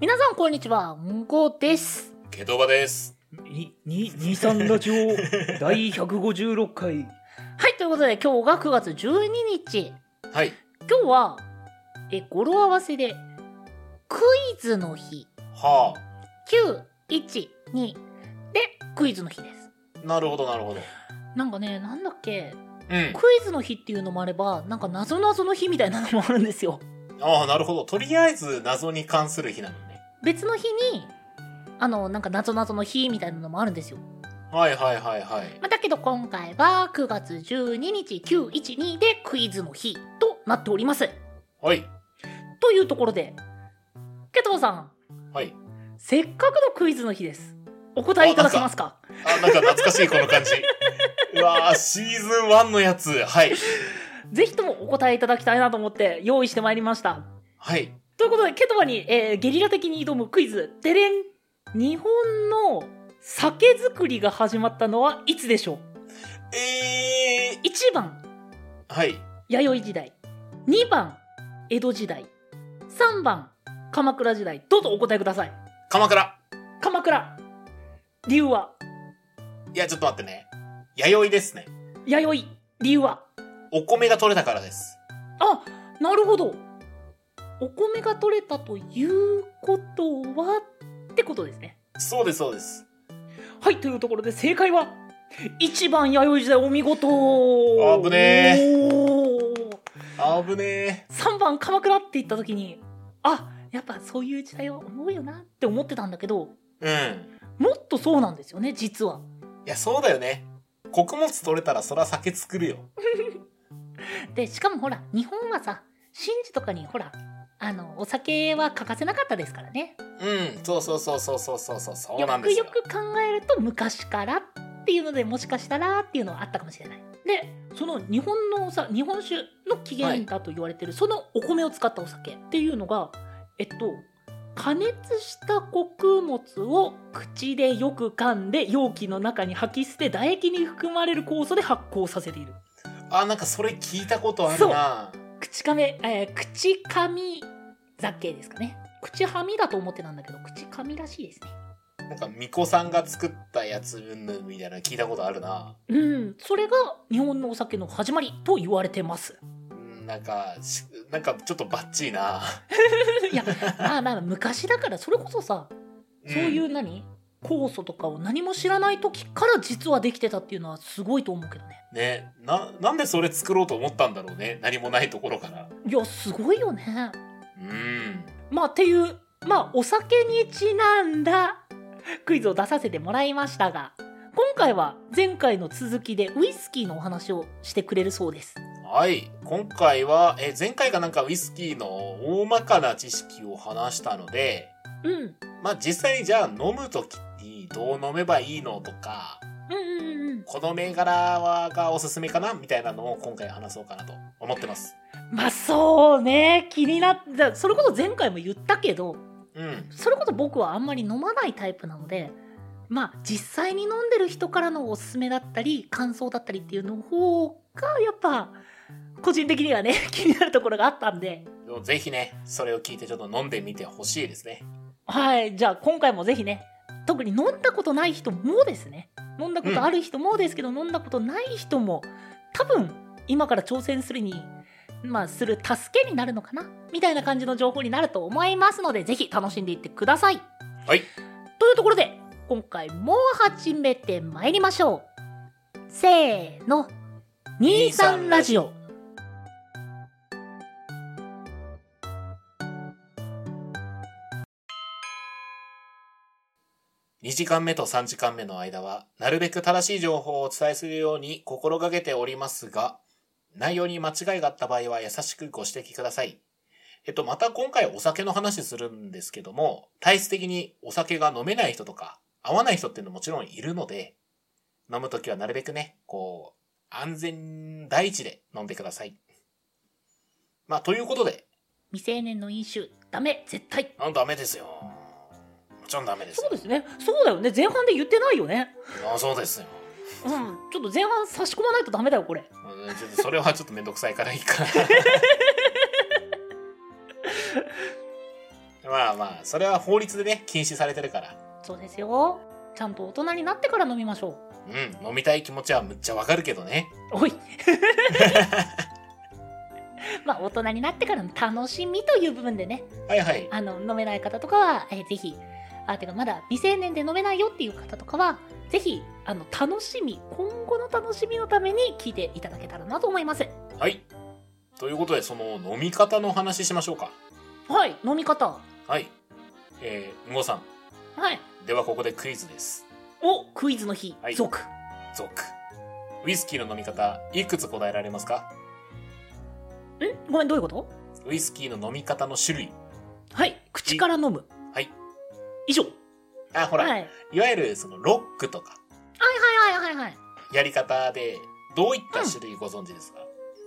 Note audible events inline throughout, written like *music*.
皆さんこんにちは、むこです。ケトバです。に、に、二三ラジオ第156回。はい、ということで今日が9月12日。はい。今日は、え、語呂合わせで、クイズの日。は9、1、2で、クイズの日です。あ。なるほど、なるほど。なんかね、なんだっけ、うんク。イズの日っていうのもあれば、なんか謎々の日みたいなのもあるんですよ。ああ、なるほど。とりあえず謎に関する日なのね。別の日に、あの、なんか謎々の日みたいなのもあるんですよ。はいはいはいはい。まあだけど今回は9月12日912でクイズの日となっております。はい。というところで、ケトバさん、はい。せっかくのクイズの日です。お答えいただけますかあ、なんか懐かしいこの感 *laughs* じ。うわあ、シーズン1のやつ。はい。ぜひともお答えいただきたいなと思って用意してまいりました。はい。ということで、ケトバに、えーゲリラ的に挑むクイズ、てれん日本の酒造りが始まったのはいつでしょえう ?1 番、ー。はい。弥生時代2番江戸時代3番鎌倉時代どうぞお答えください鎌倉。鎌倉理由はいや、ちょっと待ってね。弥生ですね。弥生理由はお米が取れたからです。あなるほどお米が取れたということはってことですねそうです、そうです。はいというところで正解は1番弥生時代お見事あぶねーあぶね3番鎌倉って言った時にあやっぱそういう時代は思うよなって思ってたんだけどえ。うん。もっとそうなんですよね実はいや、そうだよね。穀物取れたらそら酒作るよ。でしかもほら日本はさ神事とかにほらあのお酒は欠かせなかったですからねうん、そうそうそうそうそうそうそうそうよなんくですよよ。く考えると昔からっていうのでもしかしたらっていうのはあったかもしれないでその日本のさ日本酒の起源だと言われてる、そのお米を使ったお酒っていうのがえっと加熱した穀物を口でよく噛んで容器の中に吐き捨て唾液に含まれる酵素で発酵させているあ、なんかそれ聞いたことあるな。口かめ、えー口かみ酒ですかね口はみだと思ってたんだけど口かみらしいですねなんか巫女さんが作ったやつうんぬんみたいなの聞いたことあるな。うんそれが日本のお酒の始まりと言われてます *laughs* うんなんかしなんかちょっとバッチリな。いやまあまあ昔だからそれこそさそういうんう何、酵素とかを何も知らない時から実はできてたっていうのはすごいと思うけどねね、ななんでそれ作ろうと思ったんだろうね。何もないところから。いやすごいよねうん。まあっていうまあお酒にちなんだクイズを出させてもらいましたが今回は前回の続きでウイスキーのお話をしてくれるそうですはい。今回は、え、前回がなんかウイスキーの大まかな知識を話したので、うんうんまあ実際にじゃあ飲むときにどう飲めばいいのとか、うんうんうんこの銘柄はがおすすめかなみたいなのを今回話そうかなと思ってます。まあそうね気になったそれこそ前回も言ったけどうん。それこそ僕はあんまり飲まないタイプなのでまあ実際に飲んでる人からのおすすめだったり感想だったりっていうの方がやっぱ個人的にはね *laughs* 気になるところがあったんででもぜひね、それを聞いてちょっと飲んでみてほしいですね。はい、じゃあ今回もぜひね、特に飲んだことない人もですね、飲んだことある人もですけど、飲んだことない人も、多分今から挑戦するに、まあ、する助けになるのかな、みたいな感じの情報になると思いますので、ぜひ楽しんでいってください。はい。というところで、今回も始めてまいりましょう。せーの、23ラジオ。 2時間目と3時間目の間は、なるべく正しい情報をお伝えするように心がけておりますが、内容に間違いがあった場合は優しくご指摘ください。えっと、また今回お酒の話するんですけども、体質的にお酒が飲めない人とか、合わない人っていうのももちろんいるので、飲むときはなるべくね、こう、安全第一で飲んでください。まあ、ということで、未成年の飲酒、ダメ、絶対。あダメですよ。もちろんダメですそよう。ですね、そうだよね、前半で言ってないよね。あそうですよ。うん、ちょっと前半差し込まないとダメだよこれうんちょっとそれはちょっと *laughs* めんどくさいからいいかまあまあ、それは法律でね、禁止されてるから。そうですよちゃんと大人になってから飲みましょうん、飲みたい気持ちはむっちゃわかるけどね。うおい *laughs* まあ大人になってからの楽しみという部分でねはいはい。あの飲めない方とかは、えーぜひあてかまだ未成年で飲めないよっていう方とかはぜひあの楽しみ今後の楽しみのために聞いていただけたらなと思いますはい。ということで、その飲み方の話しましょうか。はい飲み方はい。えー、うんごさはいん。ではここでクイズです。おクイズの日、はい続続。ウイスキーの飲み方、いくつ答えられますかんごめんどういうことウイスキーの飲み方の種類。はい口から飲むはい以上あ、ほら、、はいい、わゆるそのロックとか、はいはいはいはいやり方で、どういった種類ご存知ですか、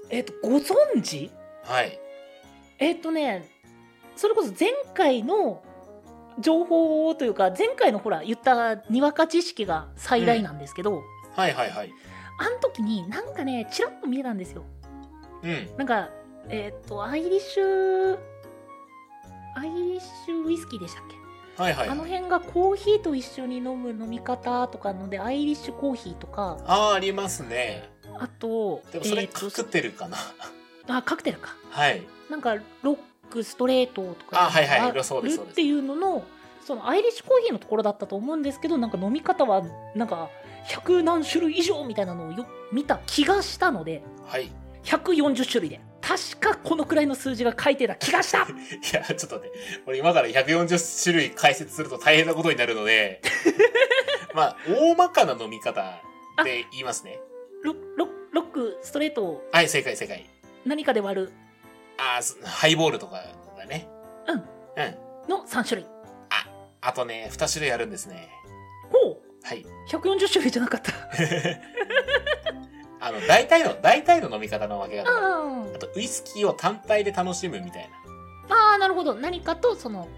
えっ、とご存知はい。えっ、とねそれこそ前回の情報というか前回のほら言ったにわか知識が最大なんですけど、はいはいはい。あの時になんかねちらっと見えたんですようん。なんかえっ、とアイリッシュアイリッシュウイスキーでしたっけはいはいあ。の辺がコーヒーと一緒に飲む飲み方とかのでアイリッシュコーヒーとかああ、ありますね。あとでもそえれーとカクテルかな。あカクテルかはい。なんかロックストレートとかあはいはいあそうですそるっうですていうののそのアイリッシュコーヒーのところだったと思うんですけどなんか飲み方はなんか100何種類以上みたいなのをよ見た気がしたのではい。い140種類で確かこのくらいの数字が書いてた気がしたや、ちょっとね、これ今から140種類解説すると大変なことになるの *laughs* で、まあ、大まかな飲み方で言いますね。ロロロックストレートをはい、正解正解。何かで割るああ、すハイボールとかだね。うんうん。の3種類あとね、2種類あるんですね。ほうはい。 140種類じゃなかった *laughs* あの、大体の、大体の飲み方のわけがある。ああと、ウイスキーを単体で楽しむみたいな。ーあーなるほど何かとその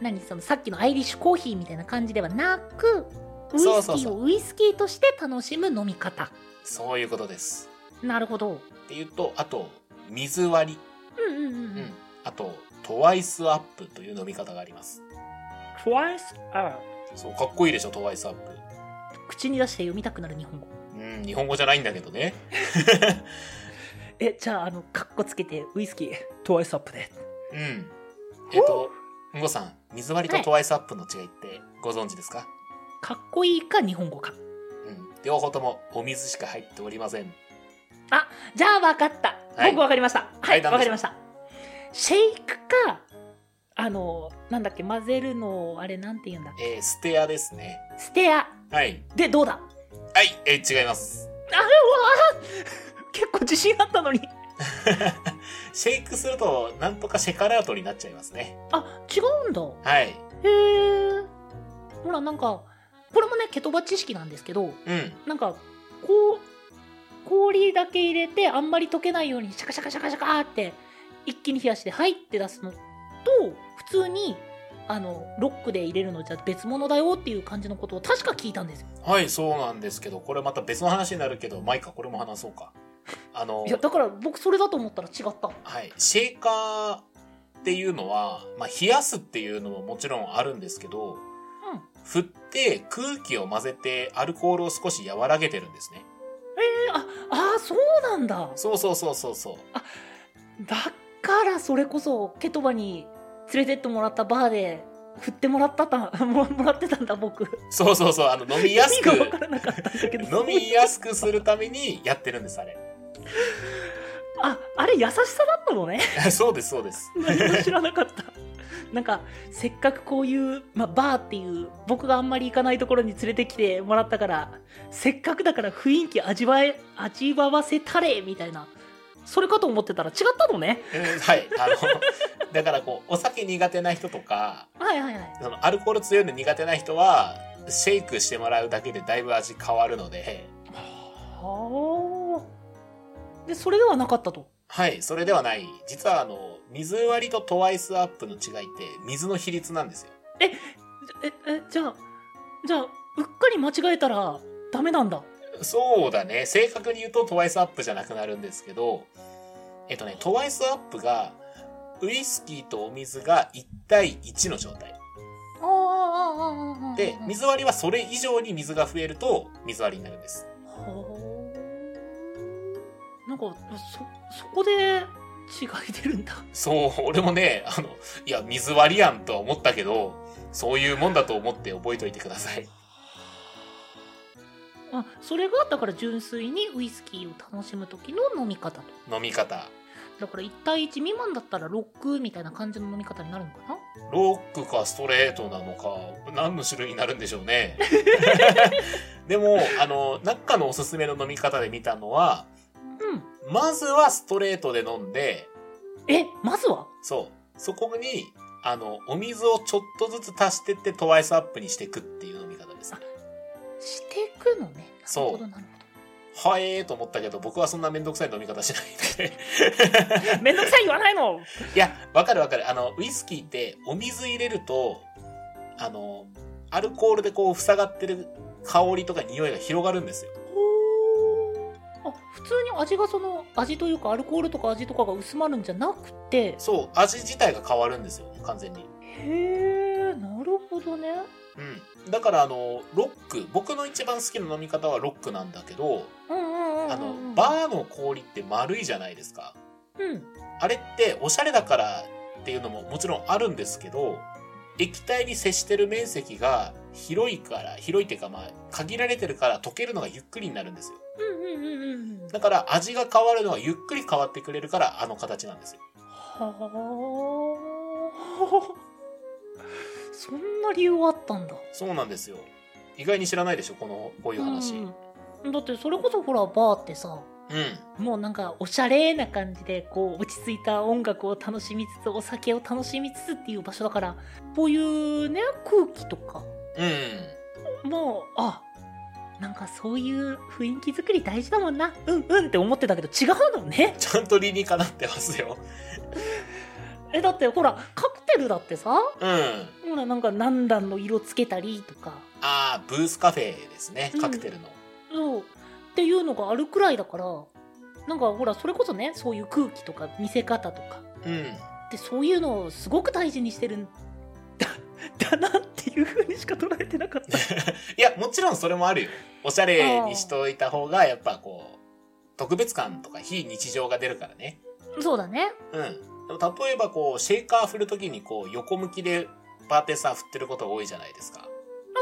何そのさっきのアイリッシュコーヒーみたいな感じではなくウイそうスそキうーそをウイスキーとして楽しむ飲み方そういうことです。なるほどっていうと、あと、水割り。うんうんうん、ううんん、あと、トワイスアップという飲み方があります。 Twice up. そう、かっこいいでしょ、トワイスアップ。口に出して読みたくなる日本語うん、日本語じゃないんだけどね。えじゃああのカッコつけてウイスキー Twice up で。うん。えっと、んごさん、水割りとトワイスアップの違いってご存知ですか、かっこいいか日本語かうん。両方ともお水しか入っておりません。じゃあ分かったはい僕分かりましたはい、なわんでし分かりょうましたシェイクかあのなんだっけ混ぜるのをあれなんて言うんだえー、ステアですね。ステアはい。でどうだはい、えー違います。 *laughs* あうわ *laughs* 結構自信あったのにシェイクすると、なんとかシェカラートになっちゃいますね。あ違うんだはい。へえほらなんかこれもねケトバ知識なんですけどうん。なんかこう氷だけ入れてあんまり溶けないようにシャカシャカシャカシャカーって一気に冷やして入って出すのと普通にあのロックで入れるのじゃ別物だよっていう感じのことを確か聞いたんですよはい、そうなんですけど、これまた別の話になるけど、マイカ、これも話そうか。あの、いやだから僕それだと思ったら違ったはい、シェイカーっていうのは、まあ、冷やすっていうのももちろんあるんですけど、振って空気を混ぜてアルコールを少し和らげてるんですね。えーああーそうなんだそうそうそうそうそう。だからそれこそケトバに連れてってもらったバーで振ってもらったた *laughs* ももらってたんだ僕そうそうそう、あの、飲みやす意く、味が分からなかったんだけど飲みやすくするためにやってるんです、あれ。 *laughs* ああれ優しさだったのね *laughs* そうです、そうです。何も知らなかったなんかせっかくこういう、まあ、バーっていう僕があんまり行かないところに連れてきてもらったからせっかくだから雰囲気味わえ味わわせたれみたいなそれかと思ってたら違ったのねうんはい、あの、だからこう、お酒苦手な人とか、はいはいはいそのアルコール強いの苦手な人は、シェイクしてもらうだけでだいぶ味変わるので、はあでそれではなかったとはい、それではない。実はあの、水割りとトワイスアップの違いって、水の比率なんですよ。ええじゃあじゃあうっかり間違えたらダメなんだそうだね。正確に言うとトワイスアップじゃなくなるんですけど、えっとね、トワイスアップが、ウイスキーとお水が1対1の状態。ああああああで、水割りはそれ以上に水が増えると水割りになるんです。ほうなんかそそこで違い出るんだ *laughs* そう、俺もね、あの、いや、水割りやんとは思ったけど、そういうもんだと思って覚えといてください。あそれがだから純粋にウイスキーを楽しむ時の飲み方と飲み方。だから1対1未満だったらロックみたいな感じの飲み方になるのかなロックかストレートなのか、何の種類になるんでしょうね。でも、あの、中のおすすめの飲み方で見たのは、うんまずはストレートで飲んで、えまずはそう、そこに、あの、お水をちょっとずつ足してってトワイスアップにしていくっていう飲み方です。していくのねなるほそうどなるはえーと思ったけど、僕はそんなめんどくさい飲み方しないんで。ほど *laughs* めんどくさい言わないのいや、わかるわかる。あの、ウイスキーってお水入れると、あの、アルコールでこう塞がってる香りとか匂いが広がるんですよ。ほーあ普通に味がその味というかアルコールとか味とかが薄まるんじゃなくてそう、味自体が変わるんですよね、完全に。へえなるほどねうん。だからあの、ロック、僕の一番好きな飲み方はロックなんだけど、うんうんうんうんうんあの、バーの氷って丸いじゃないですか。うんあれっておしゃれだからっていうのももちろんあるんですけど、液体に接してる面積が広いから、広いっていうかまあ、限られてるから溶けるのがゆっくりになるんですよ。うんうんうんうんうんだから味が変わるのはゆっくり変わってくれるからあの形なんですよ。はあそんな理由あったんだそうなんですよ。意外に知らないでしょ、この、こういう話。うん。うん、だってそれこそほらバーってさもうなんかおしゃれな感じでこう落ち着いた音楽を楽しみつつお酒を楽しみつつっていう場所だからこういうね空気とかうん。もうあなんかそういう雰囲気作り大事だもんなうんうんって思ってたけど違うのねちゃんと理にかなってますよ。えだってほらカクテルだってさうん。ほらなんか何段の色つけたりとかああ、ブースカフェですねう。んカクテルの。そうっていうのがあるくらいだからなんかほらそれこそねそういう空気とか見せ方とかうん。でそういうのをすごく大事にしてるん *laughs* だだなっていうふうにしか捉えてなかった。いや、もちろんそれもあるよ。おしゃれにしといた方が、やっぱこう、特別感とか非日常が出るからね。そうだね。うん。でも例えばこう、シェイカー振るときにこう、横向きでバーテンさん振ってることが多いじゃないですか。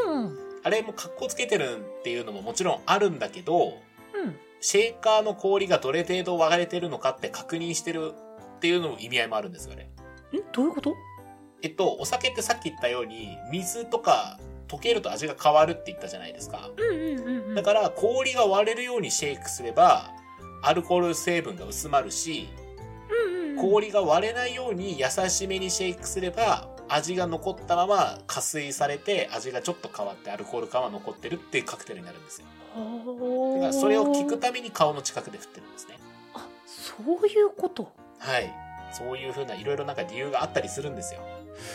うん。うん。あれも格好つけてるっていうのももちろんあるんだけど、シェイカーの氷がどれ程度分かれてるのかって確認してるっていうのも意味合いもあるんですよね。んどういうことえっと、お酒ってさっき言ったように、水とか溶けると味が変わるって言ったじゃないですか。うんうんうんうん。だから、氷が割れるようにシェイクすれば、アルコール成分が薄まるし、うんうんうん、氷が割れないように優しめにシェイクすれば、味が残ったまま加水されて、味がちょっと変わってアルコール感は残ってるっていうカクテルになるんですよ。だから、それを聞くために顔の近くで振ってるんですね。あそういうことはい。そういう風ないろいろなんか理由があったりするんですよ。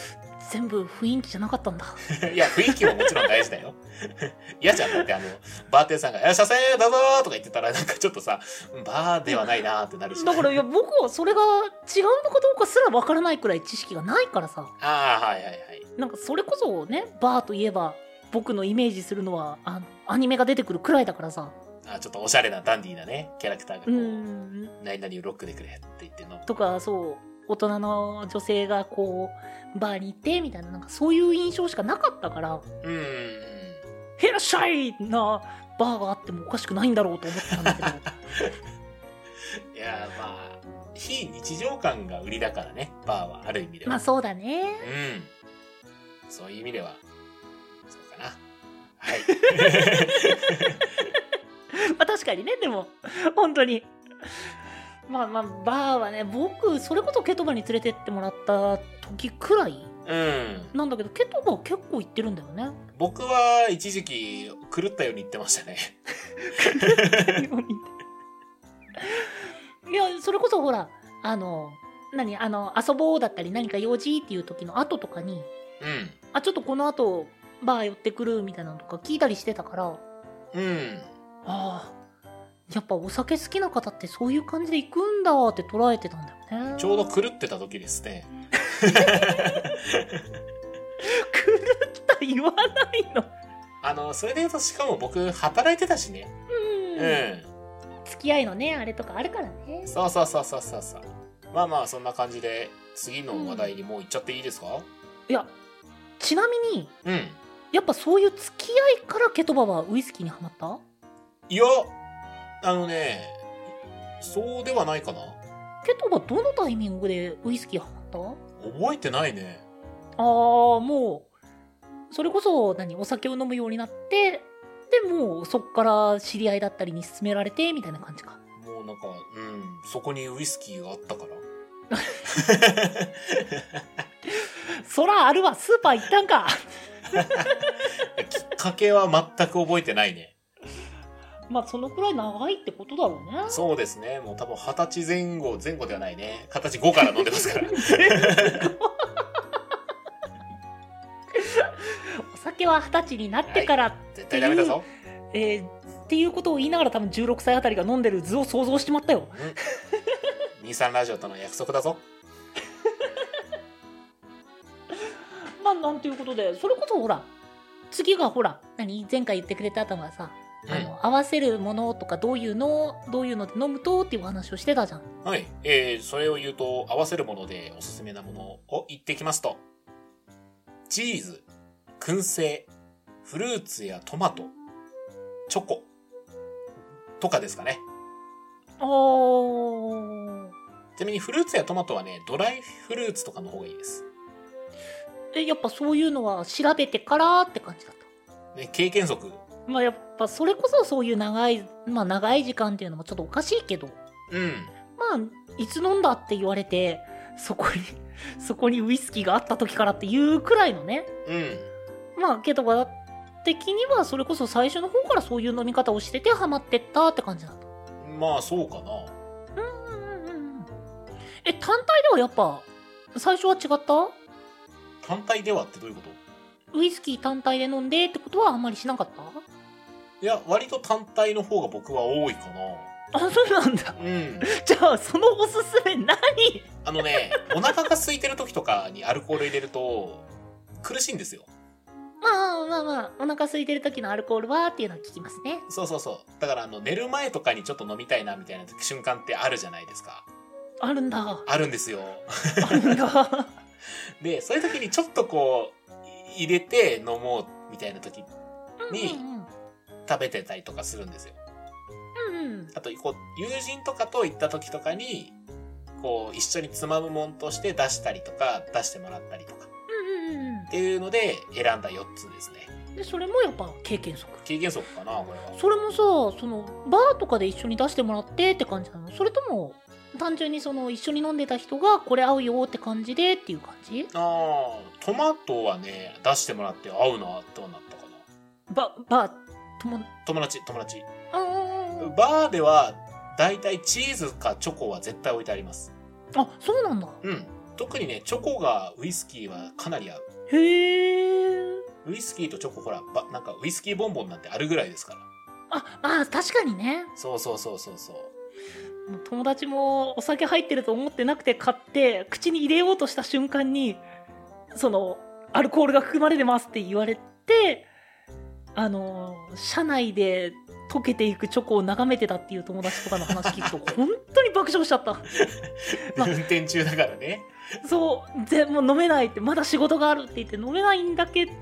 *laughs* 全部雰囲気じゃなかったんだ。いや、雰囲気ももちろん大事だよ。 *laughs* 嫌じゃん。だってあの、バーテンさんが、いらっしゃいませどうぞーとか言ってたら、なんかちょっとさ、うんバーではないなーってなるし。だからいや僕はそれが違うのかどうかすらわからないくらい知識がないからさ。ああ、はいはいはい。なんかそれこそねバーといえば僕のイメージするのはあのアニメが出てくるくらいだからさあーちょっとおしゃれなダンディーなね、キャラクターがこうう、ん何々をロックでくれって言ってんの。とかそう大人の女性がこうバーに行ってみたいななんかそういう印象しかなかったからうーん。 「へらっしゃい!」なバーがあってもおかしくないんだろうと思ってたんだけどいやー、まあ、非日常感が売りだからね、バーは、ある意味では。まあそうだねうん。そういう意味では、そうかな。はい。 *laughs* まあ確かにねでも本当にまあまあバーはね僕それこそケトバに連れてってもらった時くらいうん。なんだけどケトバ結構行ってるんだよ *laughs* ね僕は一時期狂ったように言ってましたね。いやそれこそほらあの何あの遊ぼうだったり何か用事っていう時の後とかにうあちょっとこの後バー寄ってくるみたいなのとか聞いたりしてたからん。うん。ああやっぱお酒好きな方ってそういう感じで行くんだって捉えてたんだよねちょうど狂ってた時ですね。った *laughs* 言わないのあの、それで言うと、しかも僕、働いてたしね。うん、う付き合いのねあれとかあるからねん。そうそうそうそうそうそう。まあまあ、そんな感じで、次の話題にもう行っちゃっていいですかいやちなみにうん。やっぱそういう付き合いからケトバはウイスキーにはまったいや、あのね、そうではないかな。ケトバどのタイミングでウイスキーはまった覚えてないね。あーもうそれこそ何お酒を飲むようになってでもうそっから知り合いだったりに勧められてみたいな感じかもうなんか、うん、そこにウイスキーがあったから。そらあるわスーパー行ったんかきっかけは全く覚えてないね。 *laughs* まあそのくらい長いってことだろうねそうですね。もう多分二十歳前後、前後ではないね。二十歳後から飲んでますから。 *laughs* お酒は二十歳になってから、絶対ダメだぞ。えーっていうことを言いながら多分16歳あたりが飲んでる図を想像してまったようん。23ラジオとの約束だぞ。まあなんていうことでそれこそほら次がほら何前回言ってくれたのがさ、うんあの合わせるものとかどういうのをどういうので飲むとっていうお話をしてたじゃんはい。えー、それを言うと、合わせるものでおすすめなものを言ってきますと。チーズ、燻製、フルーツやトマト、チョコ、とかですかね。あーちなみにフルーツやトマトはね、ドライフルーツとかの方がいいです。えやっぱそういうのは調べてからって感じだっね、経験則。たまあやっぱそれこそそういう長いまあ長い時間っていうのもちょっとおかしいけどうん。まあいつ飲んだって言われてそこに *laughs* そこにウイスキーがあった時からっていうくらいのねうん。まあケトバ的にはそれこそ最初の方からそういう飲み方をしててハマってったって感じだったまあ、そうかな。うんうんうんえ単体ではやっぱ最初は違った単体ではってどういうことウイスキー単体で飲んでってことはあんまりしなかったいや、割と単体の方が僕は多いかあそうなんだな。うん。じゃあそのおすすめ何あの *laughs* ね、お腹が空いてる時とかにアルコール入れると、苦しいんですよ。まあまあまあお腹空いてる時のアルコールはっていうのは聞きますねそうそうそう。だから、あの、寝る前とかにちょっと飲みたいなみたいな瞬間ってあるじゃないですか。あるんだあるんですよ。あるんだで、そういう時にちょっとこう、入れて飲もうみたいな時、にうん食べてたりとかするんですよ。うんうんあと、こう、友人とかと行った時とかに、こう、一緒につまむもんとして出したりとか、出してもらったりとか、っうんうんうんていうので、選んだ4つですね。うんでそれもやっぱ経験則経験則かな、これは。それもさそのバーとかで一緒に出してもらってって感じなのそれとも単純にその一緒に飲んでた人がこれ合うよって感じでっていう感じああ、トマトはね、出してもらって合うな、とはなったかな。ババーとも友達、友達。あーバーでは、だいたいチーズかチョコは絶対置いてあります。あそうなんだうん。特にね、チョコがウイスキーはかなり合う。へえウイスキーとチョコ、ほら、ばなんかウイスキーボンボンなんてあるぐらいですから。あまあ確かにねそうそうそうそうそう。もう友達もお酒入ってると思ってなくて買って口に入れようとした瞬間にそのアルコールが含まれてますって言われてあの車内で溶けていくチョコを眺めてたっていう友達とかの話聞くと本当に爆笑しちゃったまあ *laughs* 運転中だからね。そうでもう飲めないってまだ仕事があるって言って飲めないんだけどっ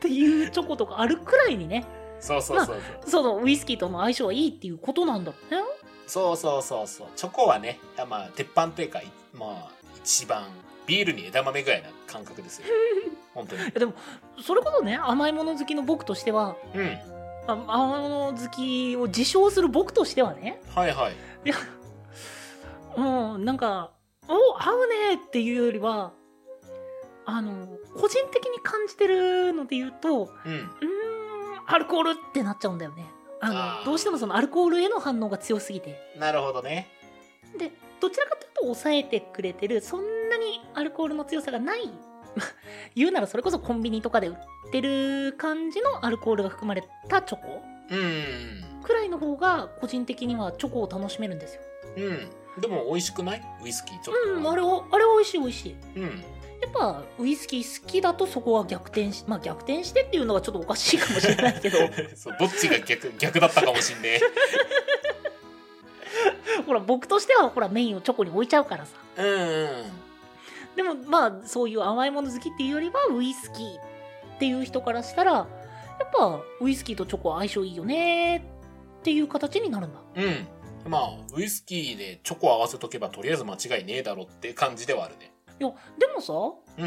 ていうチョコとかあるくらいにねそうそうそうそう。そのウイスキーとの相性はいいっていうことなんだろうねそうそうそうそう。チョコはね、まあ、鉄板というか、いまあ、一番、ビールに枝豆ぐらいな感覚 *laughs* ですよ。本当に。いやでもそれこそね甘いもの好きの僕としてはうん。あ甘いもの好きを自称する僕としてはねはいはい。いやうんなんか「お合うね」っていうよりはあの個人的に感じてるので言うとうん。うーんアルコールってなっちゃうんだよねあのあーどうしてもそのアルコールへの反応が強すぎてなるほどね。でどちらかというと抑えてくれてるそんなにアルコールの強さがない *laughs* 言うならそれこそコンビニとかで売ってる感じのアルコールが含まれたチョコうん。くらいの方が個人的にはチョコを楽しめるんですようん。でも美味しくないウイスキーちょっと。うんあれはあれは美味しい美味しいうん。やっぱウイスキー好きだとそこは逆転しまあ逆転してっていうのはちょっとおかしいかもしれ *laughs* ないけどそうどっちが逆、逆だったかもしんねほら僕としてはほらメインをチョコに置いちゃうからさえ。うんでもまあそういう甘いもの好きっていうよりはウイスキーっていう人からしたらやっぱウイスキーとチョコは相性いいよねっていう形になるんだうん。うん。まあ、ウイスキーでチョコ合わせとけばとりあえず間違いねえだろって感じではあるね。いやでもさう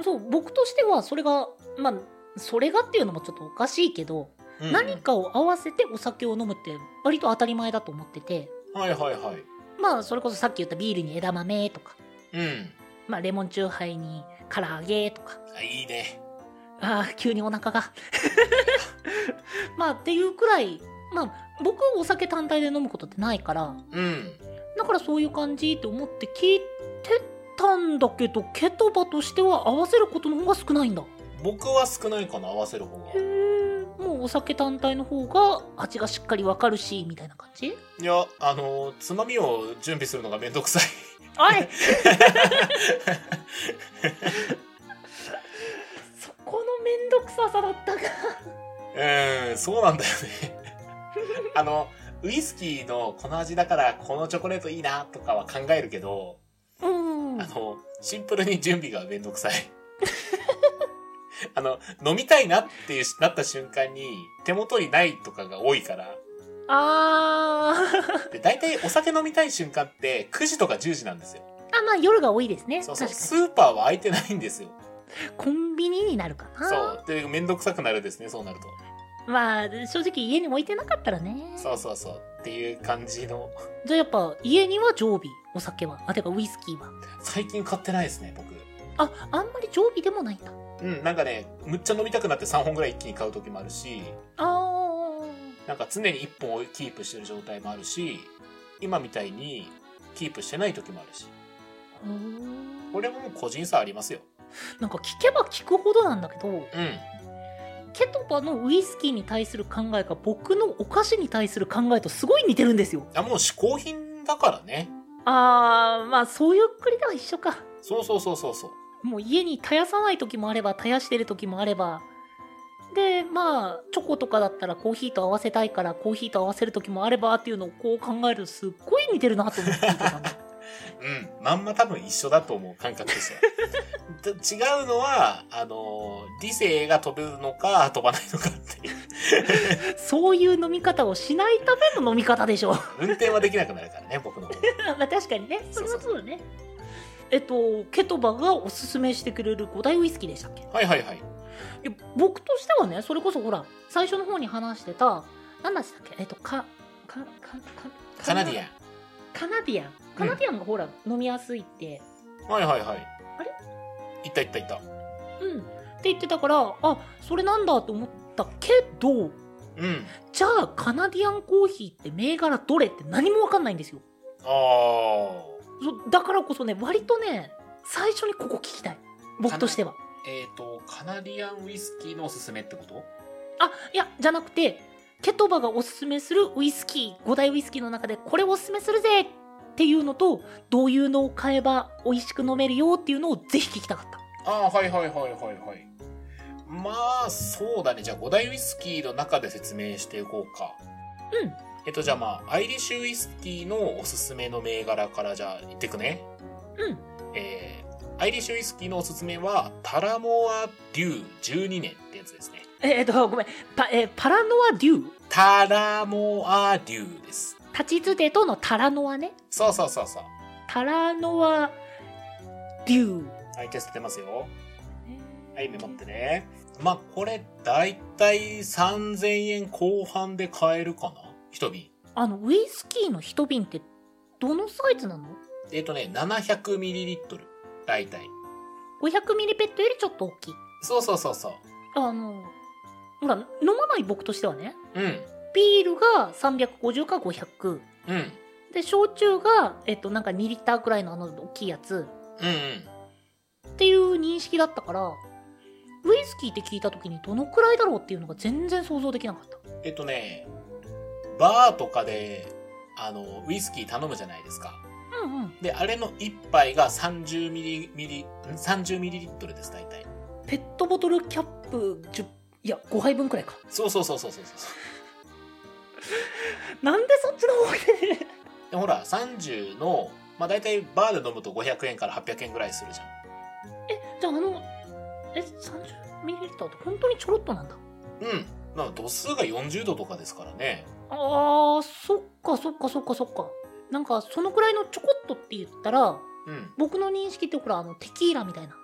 ん。そう僕としてはそれがまあそれがっていうのもちょっとおかしいけど、うん、何かを合わせてお酒を飲むって割と当たり前だと思っててはいはいはい。まあそれこそさっき言ったビールに枝豆とか、うん。まあ、レモンチューハイに唐揚げとかあいいね。あー急にお腹がまあっていうくらいまあ僕お酒単体で飲むことってないからうん。だからそういう感じって思って聞いてたんだけどケトバとしては合わせることの方が少ないんだ僕は少ないかな、合わせる方が。へえもうお酒単体の方が味がしっかりわかるしみたいな感じいや、あの、つまみを準備するのがめんどくさい。 *laughs* おいそこの面倒くささだったかうん、そうなんだよね。 *laughs* あの、ウイスキーのこの味だからこのチョコレートいいなとかは考えるけど、うんあの、シンプルに準備がめんどくさい。 *laughs* あの、飲みたいなっていうなった瞬間に手元にないとかが多いから。あーで、大体お酒飲みたい瞬間って9時とか10時なんですよ。あまあ夜が多いですねそうそう。確スーパーは空いてないんですよ。かにコンビニになるかなそう。で、めんどくさくなるですね、そうなると。まあ正直家に置いてなかったらねそうそうそう。っていう感じの。じゃあやっぱ家には常備お酒はあてかウイスキーは最近買ってないですね、僕。ああんまり常備でもないんだうん、なんかね、むっちゃ飲みたくなって3本ぐらい一気に買う時もあるし、あなんか常に1本をキープしてる状態もあるし、今みたいにキープしてない時もあるし、ーこれももう個人差ありますよ。なんか聞けば聞くほどなんだけど、うん。ケトバのウイスキーに対する考えが僕のお菓子に対する考えとすごい似てるんですよあ、もう嗜好品だからね。あーまあそういうくりでは一緒かそうそうそうそうそう。もう家に絶やさない時もあれば絶やしてる時もあればでまあチョコとかだったらコーヒーと合わせたいからコーヒーと合わせる時もあればっていうのをこう考えるとすっごい似てるなと思って聞いて *laughs* たのうん。まんま多分一緒だと思う感覚と *laughs* しては。と違うのは、あの、理性が飛ぶのか飛ばないのかっていう。そういう飲み方をしないための飲み方 *laughs* でしょま運転はできなくなるからね、僕の方が。あ確かにねそれそはうそうだねえっとケトバがおすすめしてくれる五大ウイスキーでしたっけはいはいはい。いや僕としてはねそれこそほら最初の方に話してた何だったっけえっとかかかかカナディアカナディアンカナディアンがほら、飲みやすいってン。はいはいはい。あれいったいったいった。うんって言ってたからあそれなんだと思ったけどうん。じゃあカナディアンコーヒーって銘柄どれって何もわかんないんですよああ。そだからこそね割とね最初にここ聞きたい僕としてはえっ、と、カナディアンウイスキーのおすすめってことあいやじゃなくてケトバがおすすめするウイスキー5大ウイスキーの中でこれおすすめするぜっていうのとどういうのを買えば美味しく飲めるよっていうのをぜひ聞きたかったああ、はいはいはいはいはい。まあ、そうだね。じゃあ、五大ウイスキーの中で説明していこうか。うんえっと、じゃあまあ、アイリッシュウイスキーのおすすめの銘柄から、じゃあ、いってくね。うんえー、アイリッシュウイスキーのおすすめは、パラモア・デュー12年ってやつですね。えー、っとごめんパ,、えーパラノア・デュータラモア・デューです。立ちつてとのタラノアねそうそうそうそう。タラノア・デューはい、テスト出ますよ。はい、メモってね。まあ、これ、だいたい3000円後半で買えるかな一瓶。あのウイスキーの一瓶ってどのサイズなのえっ、とね、700ml。だいたい。 500ミリペットよりちょっと大きいそうそうそうそう。あのほら飲まない僕としてはねうん。ビールが350か500うん。うんで焼酎が、えっと、なんか2リッターくらいのあの大きいやつうん。っていう認識だったからウイスキーって聞いた時にどのくらいだろうっていうのが全然想像できなかったえっとね、バーとかで、あの、ウイスキー頼むじゃないですか。うんうんで、あれの1杯が30ミリ、ミリ、ん30ミリリットルです、大体。ペットボトルキャップ10いや5杯分くらいかそうそうそうそうそうそう。なんでそっちの方がいいで、ほら、30の、まあ大体バーで飲むと500円から800円ぐらいするじゃん。 *laughs* えじゃああのえ30ミリリットルって本当にちょろっとなんだうん。まあ度数が40度とかですからね。あーそっかそっかそっかそっかなんかそのくらいのちょこっとって言ったらうん。僕の認識ってほらあのテキーラみたいな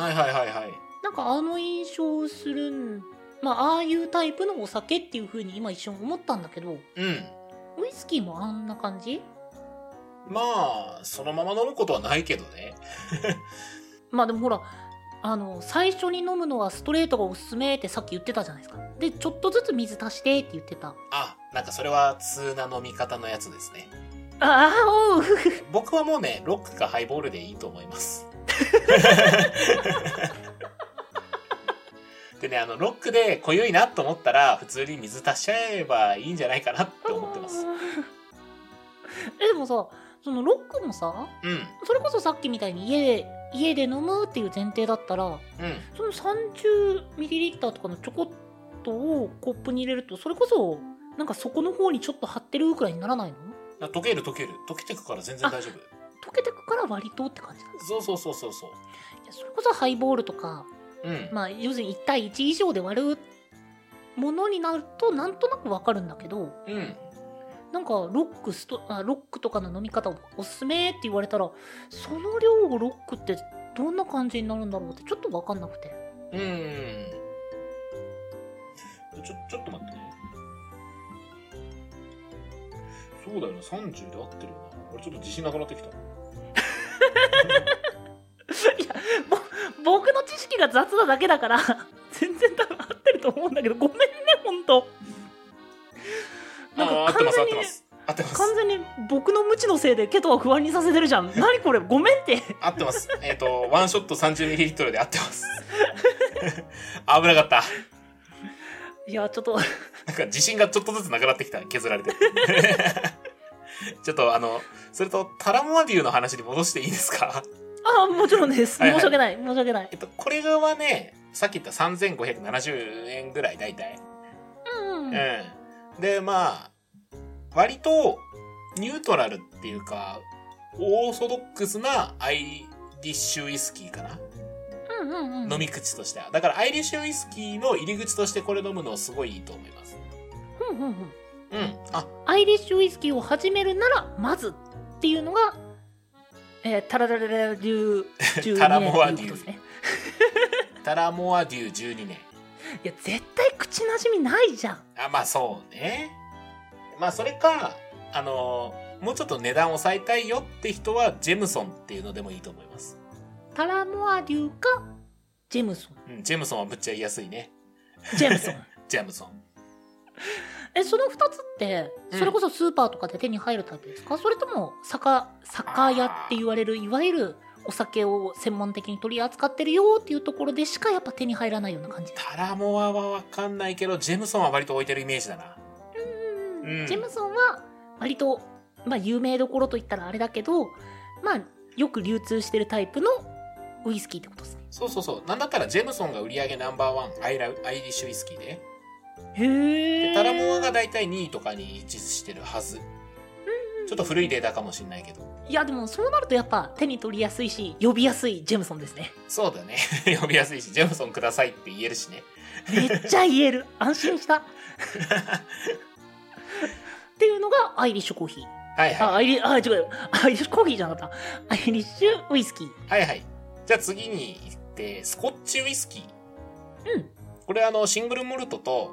はいはいはいはい。なんかあの印象をするんまあああいうタイプのお酒っていう風に今一瞬思ったんだけどうん。ウイスキーもあんな感じまあ、そのまま飲むことはないけどね。まあでもほらあの最初に飲むのはストレートがおすすめってさっき言ってたじゃないですかでちょっとずつ水足してって言ってたああ、なんかそれは通な飲み方のやつですね。あおう僕はもうね、ロックかハイボールでいいと思います。でね、あの、ロックで濃ゆいなと思ったら、普通に水足しちゃえばいいんじゃないかなって思ってます。 *laughs* えでもさそのロックもさうん、うんそれこそさっきみたいに家で家で飲むっていう前提だったら、その3 0トルとかのちょこっとをコップに入れるとそれこそなんか底の方にちょっと張ってるくらいにならないのあ。溶ける溶ける。溶けてくから全然大丈夫。溶けてくから割とって感じなんですそうそうそうそうそいやそれこそハイボールとかう。うん。まあ要するに1対1以上で割るものになるとなんとなくわかるんだけどうん。なんかロックストあロックとかの飲み方をおすすめって言われたらその量をロックってどんな感じになるんだろうってちょっとわかんなくてうん。ちょ、ちょっと待ってね。そうだよな、30で合ってるよな。俺ちょっと自信なくなってきた。僕の知識が雑なだけだから全然多分合ってると思うんだけどごめんねほんとなんあかー合って完ます、合全っにてます。合ってます。完全に僕の無知のせいでケトは不安にさせてるじゃん何これごめんって合ってます。えっ、と、ワンショット30ミリリットルで合っ *laughs* てます。危なかった。いやちょっとなんか自信がちょっとずつなくなってきた。削られて。 *laughs* ちょっとあの、それとタラモアデューの話に戻していいですかああもちろんですはいはい申し訳ない申し訳ないえっと、これはね、さっき言った3570円ぐらい大体。うんうんうん。で、まあ、割とニュートラルっていうか、オーソドックスなアイリッシュウイスキーかな、うんうん飲み口としては。だからアイリッシュウイスキーの入り口としてこれ飲むのすごいいいと思います。うんうんうんうん。あ、アイリッシュウイスキーを始めるならまずっていうのがえー、タララララ流12 *laughs* タラモア年ということですねタラモアデュー12い年。や絶対口なじみないじゃんあ、まあそうね。まあそれか、あのもうちょっと値段抑えたいよって人はジェムソンっていうのでもいいと思います。タラモア流かジェムソンうん、ジェムソンはむっちゃ言いやすいね。ジェムソンジェムソン。 *laughs* えその2つってうんそれこそスーパーとかで手に入るタイプですか、それとも酒酒屋って言われるいわゆるお酒を専門的に取り扱ってるよっていうところでしかやっぱ手に入らないような感じタラモアはわかんないけど、ジェムソンは割と置いてるイメージだな。んうんジェムソンは割と、まあ、有名どころといったらあれだけどまあよく流通してるタイプのウイスキーってことですねそうそうそう。なんだったらジェムソンが売り上げナンバーワン、アイラアイリッシュウイスキーで。へで、タラモアが大体2位とかに位置してるはず。ちょっと古いデータかもしんないけど。いやでもそうなるとやっぱ手に取りやすいし呼びやすいジェムソンですねそうだね。 *laughs* 呼びやすいし、ジェムソンくださいって言えるしね。めっちゃ言える安心したっていうのがアイリッシュコーヒーはいはい。あアイリあ違うアイリッシュコーヒーじゃなかったアイリッシュウイスキーはいはい。じゃあ次に行って、スコッチウイスキー。うんこれあの、シングルモルトと、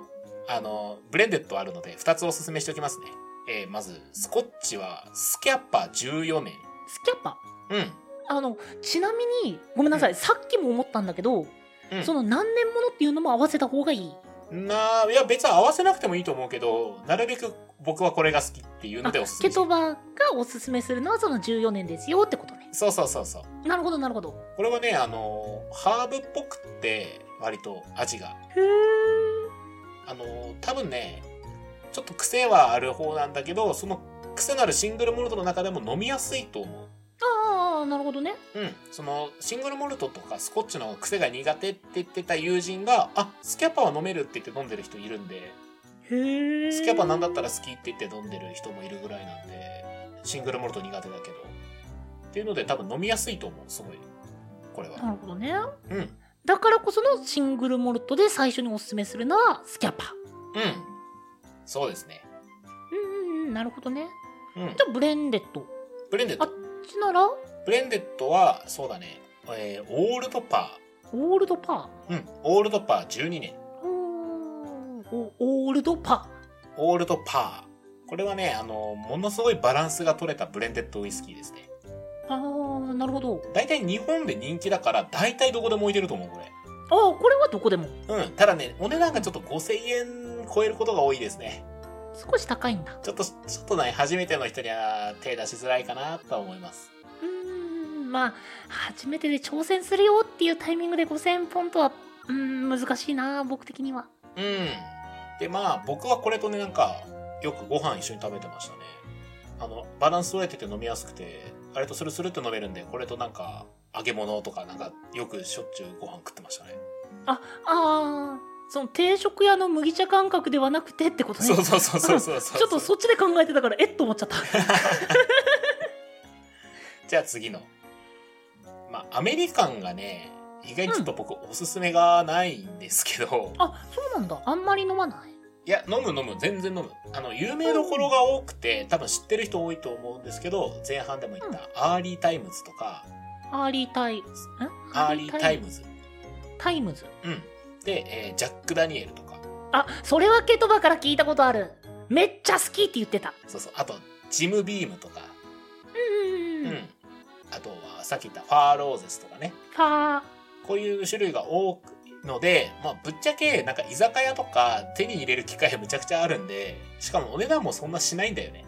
あの、ブレンデッドあるので、2つおすすめしておきますね。えー、まず、スコッチは、スキャッパー14年。スキャッパうん。あのちなみにごめんなさい、うんさっきも思ったんだけど、うんその何年ものっていうのも合わせた方がいいなあいや別に合わせなくてもいいと思うけどなるべく僕はこれが好きっていうのでおすすケめしトバがおすすめするのはその14年ですよってことねそうそうそうそうなるほどなるほどこれはねあのハーブっぽくって割と味がへえあの多分ねちょっと癖はある方なんだけど、その癖のあるシングルモルトの中でも飲みやすいと思う。ああなるほどねうん、そのシングルモルトとかスコッチの癖が苦手って言ってた友人が「あスキャパは飲める」って言って飲んでる人いるんでへえスキャパなんだったら好きって言って飲んでる人もいるぐらいなんでシングルモルト苦手だけどっていうので多分飲みやすいと思うすごいこれはなるほどねうんうんだからこそのシングルモルトで最初におすすめするのはスキャパそうですねうんうんうんなるほどねうんじゃあブレンデッドブレンデッあドちならブレンデッドはそうだね、えーオールドパオールドパーうんオールドパー12年ーおーおオールドパオールドパーこれはねあのものすごいバランスが取れたブレンデッドウイスキーですねーあーなるほど大体日本で人気だから大体どこでも置いてると思うこああこれはどこでもれうんただねお値段がちょっと5000円超えることが多いですね少し高いんだちょっとちょっとね初めての人には手出しづらいかなとは思いますうーんまあ初めてで挑戦するよっていうタイミングで5000ポンとはうーん難しいな僕的にはうんでまあ僕はこれとねなんかよくご飯一緒に食べてましたねあのバランス取れてて飲みやすくてあれとスルスルって飲めるんでこれとなんか揚げ物とかなんかよくしょっちゅうご飯食ってましたねああその定食屋の麦茶感覚ではなくてってことね *laughs* そうそうそうそうそう *laughs* そうちょっとそっちで考えてたからえっと思っちゃったじゃあ次の。まあ、アメリカンがね、意外にちょっと僕おすすめがないんですけど、あそうなんだあんまり飲まないいや、飲む飲む、全然飲む。あの、有名どころが多くて、多分知ってる人多いと思うんですけど、前半でも言った、アーリータイムズとか、アーリータイんアーリータイムズ。タイムズうん。で、えージャック・ダニエルとか、あそれはケトバから聞いたことあるめっちゃ好きって言ってたそうそう、あと、ジム・ビームとか、うんう。うんんうんあとは、さっき言った、ファー・ローゼスとかね。ファーこういう種類が多くので、まあ、ぶっちゃけ、なんか居酒屋とか手に入れる機会むちゃくちゃあるんで、しかもお値段もそんなしないんだよね。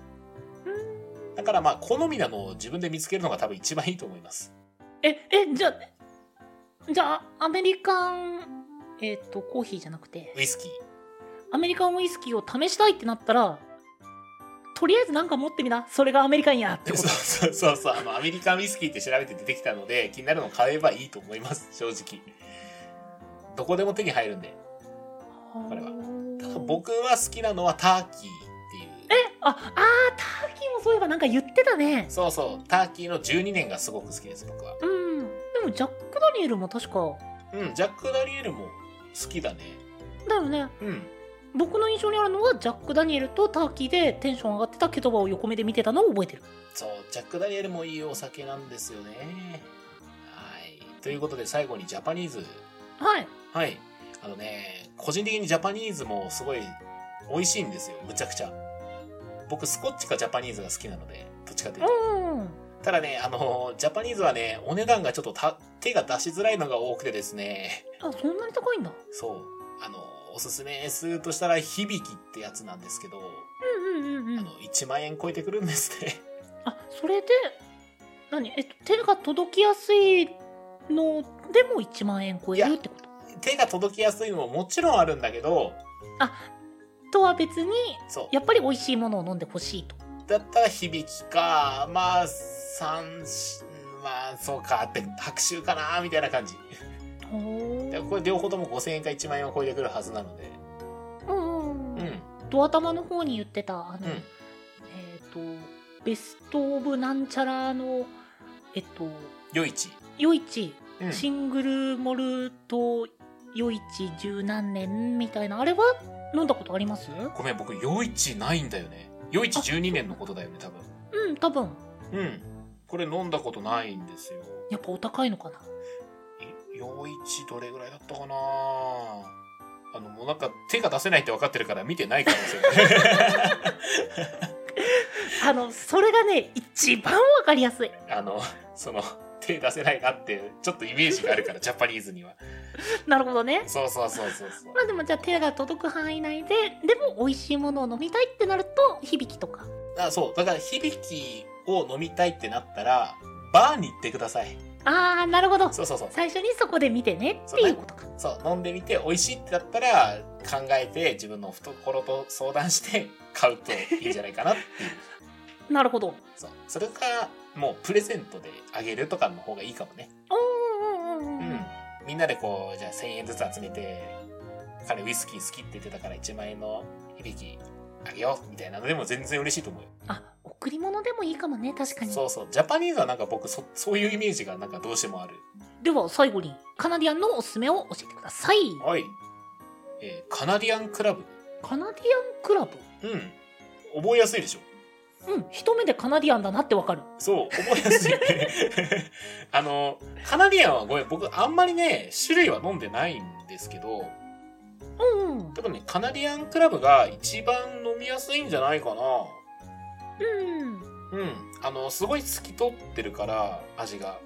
だからまあ、好みなのを自分で見つけるのが多分一番いいと思います。ええじゃあじゃあアメリカンえっ、とコーヒーじゃなくてウイスキー。アメリカンウイスキーを試したいってなったらとりあえずなんか持ってみなそれがアメリカンやってこそうとそうそうそう、あの、アメリカンウイスキーって調べて出てきたので、気になるの買えばいいと思います、正直。どこでも手に入るんで。これはただ僕は好きなのはターキーっていう。ああーターキーもそういえばなんか言ってたねそうそう、ターキーの12年がすごく好きです、僕は。うんでもジャック・ダニエルも確かうん、ジャック・ダニエルも好きだね。だよねうん。僕の印象にあるのはジャック・ダニエルとターキーでテンション上がってたケトバを横目で見てたのを覚えてるそう、ジャック・ダニエルもいいお酒なんですよね。はい。ということで最後にジャパニーズ。はいはい。あのね、個人的にジャパニーズもすごい美味しいんですよ。むちゃくちゃ。僕、スコッチかジャパニーズが好きなので、どっちかというと。うんただね、あの、ジャパニーズはね、お値段がちょっとた手が出しづらいのが多くてですね、あそんなに高いんだそう。あの、おすすめするとしたら、響きってやつなんですけど、うんうんうんうあんの、1万円超えてくるんですね。あそれで何えっと手が届きやすいのでも1万円超えるってこと手が届きやすいのももちろんあるんだけど、とは別にそう。やっぱり美味しいものを飲んでほしいとだったら響きか、まあ、三、まあ、そうかって、拍手かな、みたいな感じ。でこれ両方とも5000円か1万円を超えてくるはずなので。うんうんうん、ううんん、ドア玉の方に言ってたあの、うんえっ、とベスト・オブ・なんちゃらのえっと余市。余市うん。シングルモルト余市十何年みたいなあれは飲んだことありますごめん、僕、余市ないんだよね。余市12年のことだよね、多分。うん多分うん。これ飲んだことないんですよ。やっぱお高いのかない余市どれぐらいだったかなあの、もうなんか手が出せないって分かってるから見てない可能性が *laughs* あのそれがね一番わかりやすいあの、その、手出せないなって、ちょっとイメージがあるから、ジャパニーズには。なるほどねそうそうそうそうそう。まあでもじゃあ手が届く範囲内ででも美味しいものを飲みたいってなると響きとかあそうだから響きを飲みたいってなったらバーに行ってくださいああなるほどそうそうそう。最初にそこで見てねっていうことかそう、飲んでみて美味しいってだったら考えて自分の懐と相談して買うといいんじゃないか *laughs* なっていう。なるほどそう。それか、もうプレゼントであげるとかの方がいいかもね。うんうんうんううんん。みんなでこう、じゃあ1000円ずつ集めて、彼ウイスキー好きって言ってたから1万円の響きあげようみたいなのでも全然嬉しいと思うよ。あ贈り物でもいいかもね確かにそうそう。ジャパニーズはなんか僕そ、そういうイメージがなんかどうしてもある。では最後にカナディアンのおすすめを教えてくださいはい。えーカナディアンクラブ。カナディアンクラうん。覚えやすいでしょブうん一目でカナディアンだなってわかるそう、覚えや *laughs* すい。あの、カナディアンはごめん、僕あんまりね、種類は飲んでないんですけど、うんうん多分ね、カナディアンクラブが一番飲みやすいんじゃないかな。うんうん。あの、すごい透き通ってるから、味が。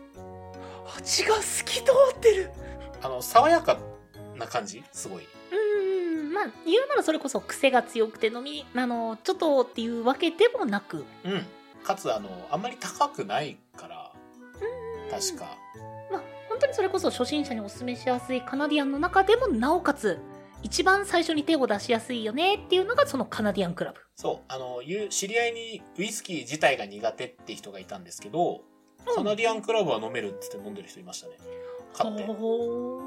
味が透き通ってるあの、爽やかな感じすごい。うんまあ言うならそれこそ癖が強くて飲みあのちょっとっていうわけでもなくうん。かつ、あの、あんまり高くないから、確か。まあ本当にそれこそ初心者におすすめしやすいカナディアンの中でもなおかつ一番最初に手を出しやすいよねっていうのがそのカナディアンクラブそう、あの、ゆ知り合いにウイスキー自体が苦手って人がいたんですけど、うんカナディアンクラブは飲めるって言って飲んでる人いましたね。買って。ほ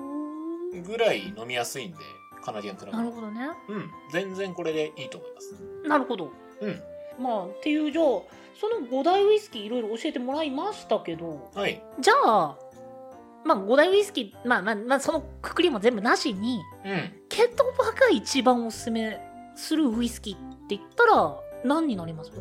ーぐらい飲みやすいんで、カナディアンクラブ。なるほどねうん、全然これでいいと思います。なるほどうん、まあっていうじゃあその5大ウイスキーいろいろ教えてもらいましたけどはい。じゃあまあ5大ウイスキーまあまあまあそのくくりも全部なしにうん。ケトバが一番おすすめするウイスキーって言ったら何になります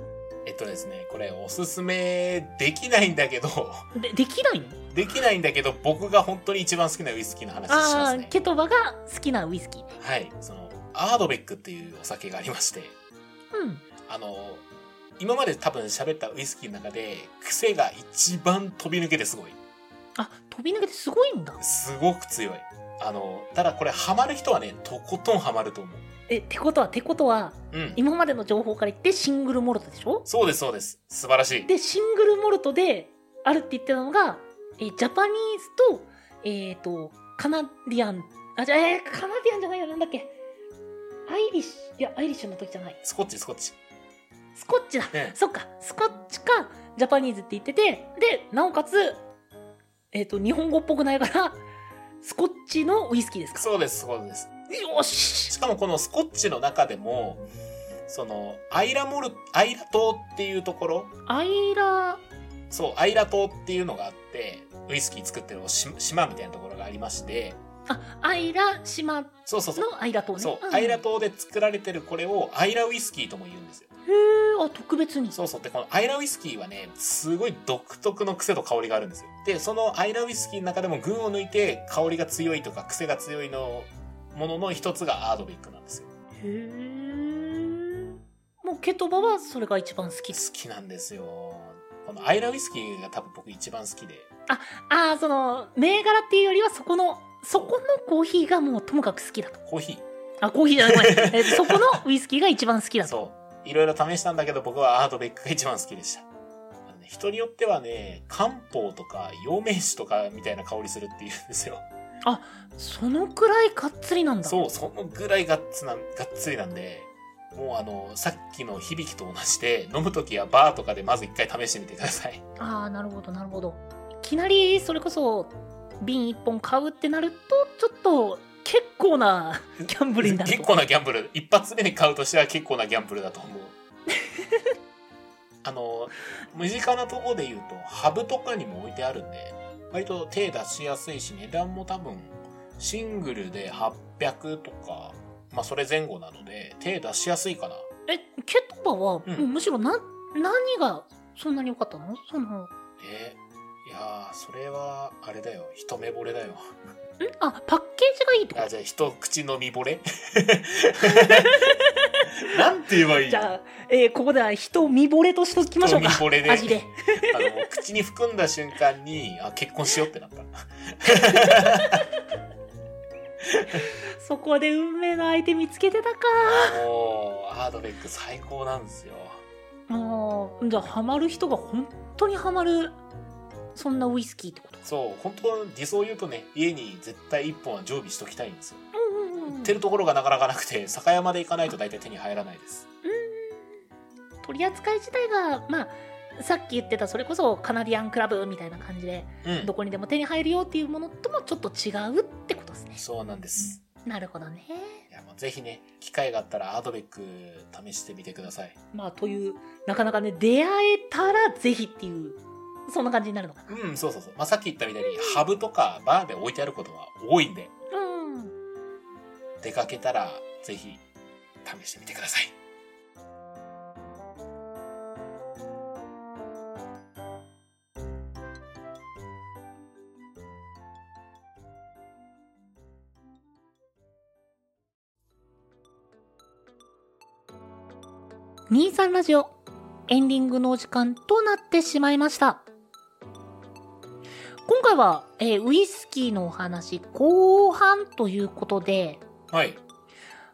えっとですね、これおすすめできないんだけど、 *laughs* でできないのできないんだけど、僕が本当に一番好きなウイスキーの話しまあすあね。ケトバが好きなウイスキーねはい。その、アードベックっていうお酒がありまして、うんあの、今まで多分喋ったウイスキーの中で、癖が一番飛び抜けてすごい。あ飛び抜けてすごいんだすごく強い。あの、ただこれハマる人はね、とことんハマると思えってことはてことはう。うん。今までの情報から言ってシングルモルトでしょそうです、そうです。素晴らしい。でシングルモルトであるって言ってたのが、えージャパニーズとえっ、とカナディアンあじゃあ、えーカナディアンじゃないよなんだっけアイリッシュいやアイリッシュの時じゃないスコッチ、スコッチ。スコッチだ、 *laughs* うんそっかスコッチかジャパニーズって言っててでなおかつえっ、と日本語っぽくないからスコッチのウイスキーですかそうです、そうです。よししかもこのスコッチの中でも、その、アイラモル、アイラ島っていうところ、アイラそう、アイラ島っていうのがあって、ウイスキー作ってるおし島みたいなところがありまして、あアイラ島のそうそうそう。アイラ島ねそう、んアイラ島で作られてるこれをアイラウイスキーとも言うんですよ。へえあ特別にそうそう。で、このアイラウイスキーはね、すごい独特の癖と香りがあるんですよ。で、そのアイラウイスキーの中でも群を抜いて香りが強いとか癖が強いの、ものの一つがアードビックなんですよ。へえもうケトバはそれが一番好き好きなんですよ。このアイラウイスキーが多分僕一番好きで。ああその銘柄っていうよりはそこのそこのコーヒーがもうともかく好きだとコーヒあコーヒーじゃないごめん、 *laughs* えーそこのウイスキーが一番好きだー。とそう。いろいろ試したんだけど僕はアートベックが一番好きでした。あのね人によってはね、漢方とか陽明酒とかみたいな香りするっていうんですよ。そのくらいがっつりなんだそう、そのぐらいガッツな、がっつりなんで、もうあの、さっきの響きと同じで、飲むときはバーとかでまず一回試してみてください。ああなるほどなるほどいきなりそれこそ瓶1本買うってなるとちょっと結構な *laughs* ギャンブルになる結と構なギャンブル。一発目に買うとしては結構なギャンブルだと *laughs* 思う。あの、身近なとこで言うと、ハブとかにも置いてあるんで、割と手出しやすいし、値段も多分、シングルで800とか、まあそれ前後なので、手出しやすいかな。えケトバは、うんもうむしろな何がそんなに良かったのそのんえいやー、それは、あれだよ。一目惚れだよ。あパッケージがいいってことあ、じゃあ一口飲み *laughs* 惚れなんて言えばいいじゃあ、えーここでは人を見惚れとしておきましょうか一目惚れで味であの、口に含んだ瞬間に、あ、結婚しよ *laughs* うってなった。そこで運命の相手見つけてたかもう、アードベック最高なんですよ。あーじゃあハマる人が本当にハマるそんなウイスキーってことそう、本当は理想を言うとね、家に絶対1本は常備しときたいんですよ。うんうんうん売ってるところがなかなかなくて、酒屋まで行かないと大体手に入らないです。うん取り扱い自体がまあさっき言ってたそれこそカナディアンクラブみたいな感じでうんど。こにでも手に入るよっていうものともちょっと違うってことですねそうなんです。なるほどねいや、もうぜひね、機会があったらアドベック試してみてください。まあというなかなかね出会えたらぜひっていうそんな感じになるのかなうん、そうそうそう。まあ、さっき言ったみたいに、ハブとかバーで置いてあることが多いんで、うん出かけたらぜひ試してみてください。 23ラジオエンディングのお時間となってしまいました今回は、えーウイスキーのお話後半ということではい。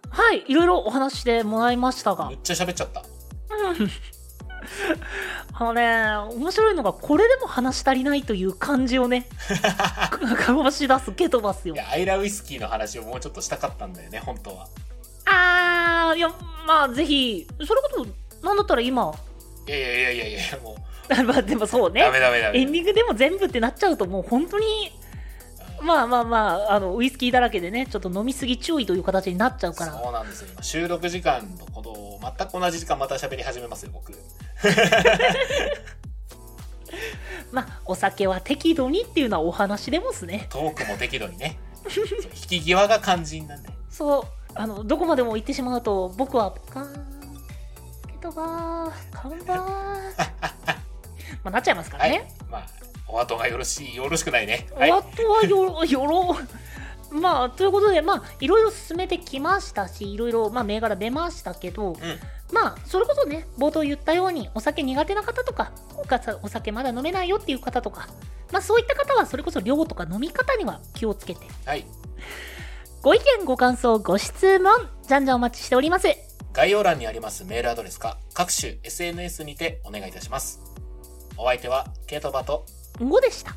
はいいろいろお話してもらいましたがめっちゃ喋っちゃった。あのね、面白いのが、これでも話し足りないという感じを *laughs* ね、かまし出す、蹴飛ばすよい。や、アイラウイスキーの話をもうちょっとしたかったんだよね、本当は。あー、いや、まあ、ぜひ、それこそ、なんだったら今、 *laughs* いやいやいやいやいや、もう、まあ、でもそうダね、メダメダメ。エンディングでも全部ってなっちゃうと、もう本当に、まあまあまあ、あの、ウイスキーだらけでね、ちょっと飲みすぎ注意という形になっちゃうから。そうなんですよ。今収録時間のことを全く同じ時間また喋り始めますよ、僕。まあ、お酒は適度にっていうのはお話でもっすね。トークも適度 *laughs* にね。そう引き際が肝心なんで。そう、あの、どこまでも行ってしまうと、僕は、ポカーン、ケトバー、カン *laughs* バー、まあ、なっちゃいますからはい。ね。まあ、お後がよろしい、よろしくないね。はい。あとはよ、よろ、 *laughs* まあ、ということで、まあ、いろいろ進めてきましたし、いろいろ、まあ、銘柄出ましたけど、まあ、それこそね、冒頭言ったように、お酒苦手な方とか、おかお酒まだ飲めないよっていう方とか、まあ、そういった方は、それこそ量とか飲み方には気をつけて、はい。ご意見、ご感想、ご質問、じゃんじゃんお待ちしております。概要欄にありますメールアドレスか、各種 SNS にてお願いいたします。お相手は、ケイトバと、 5でした。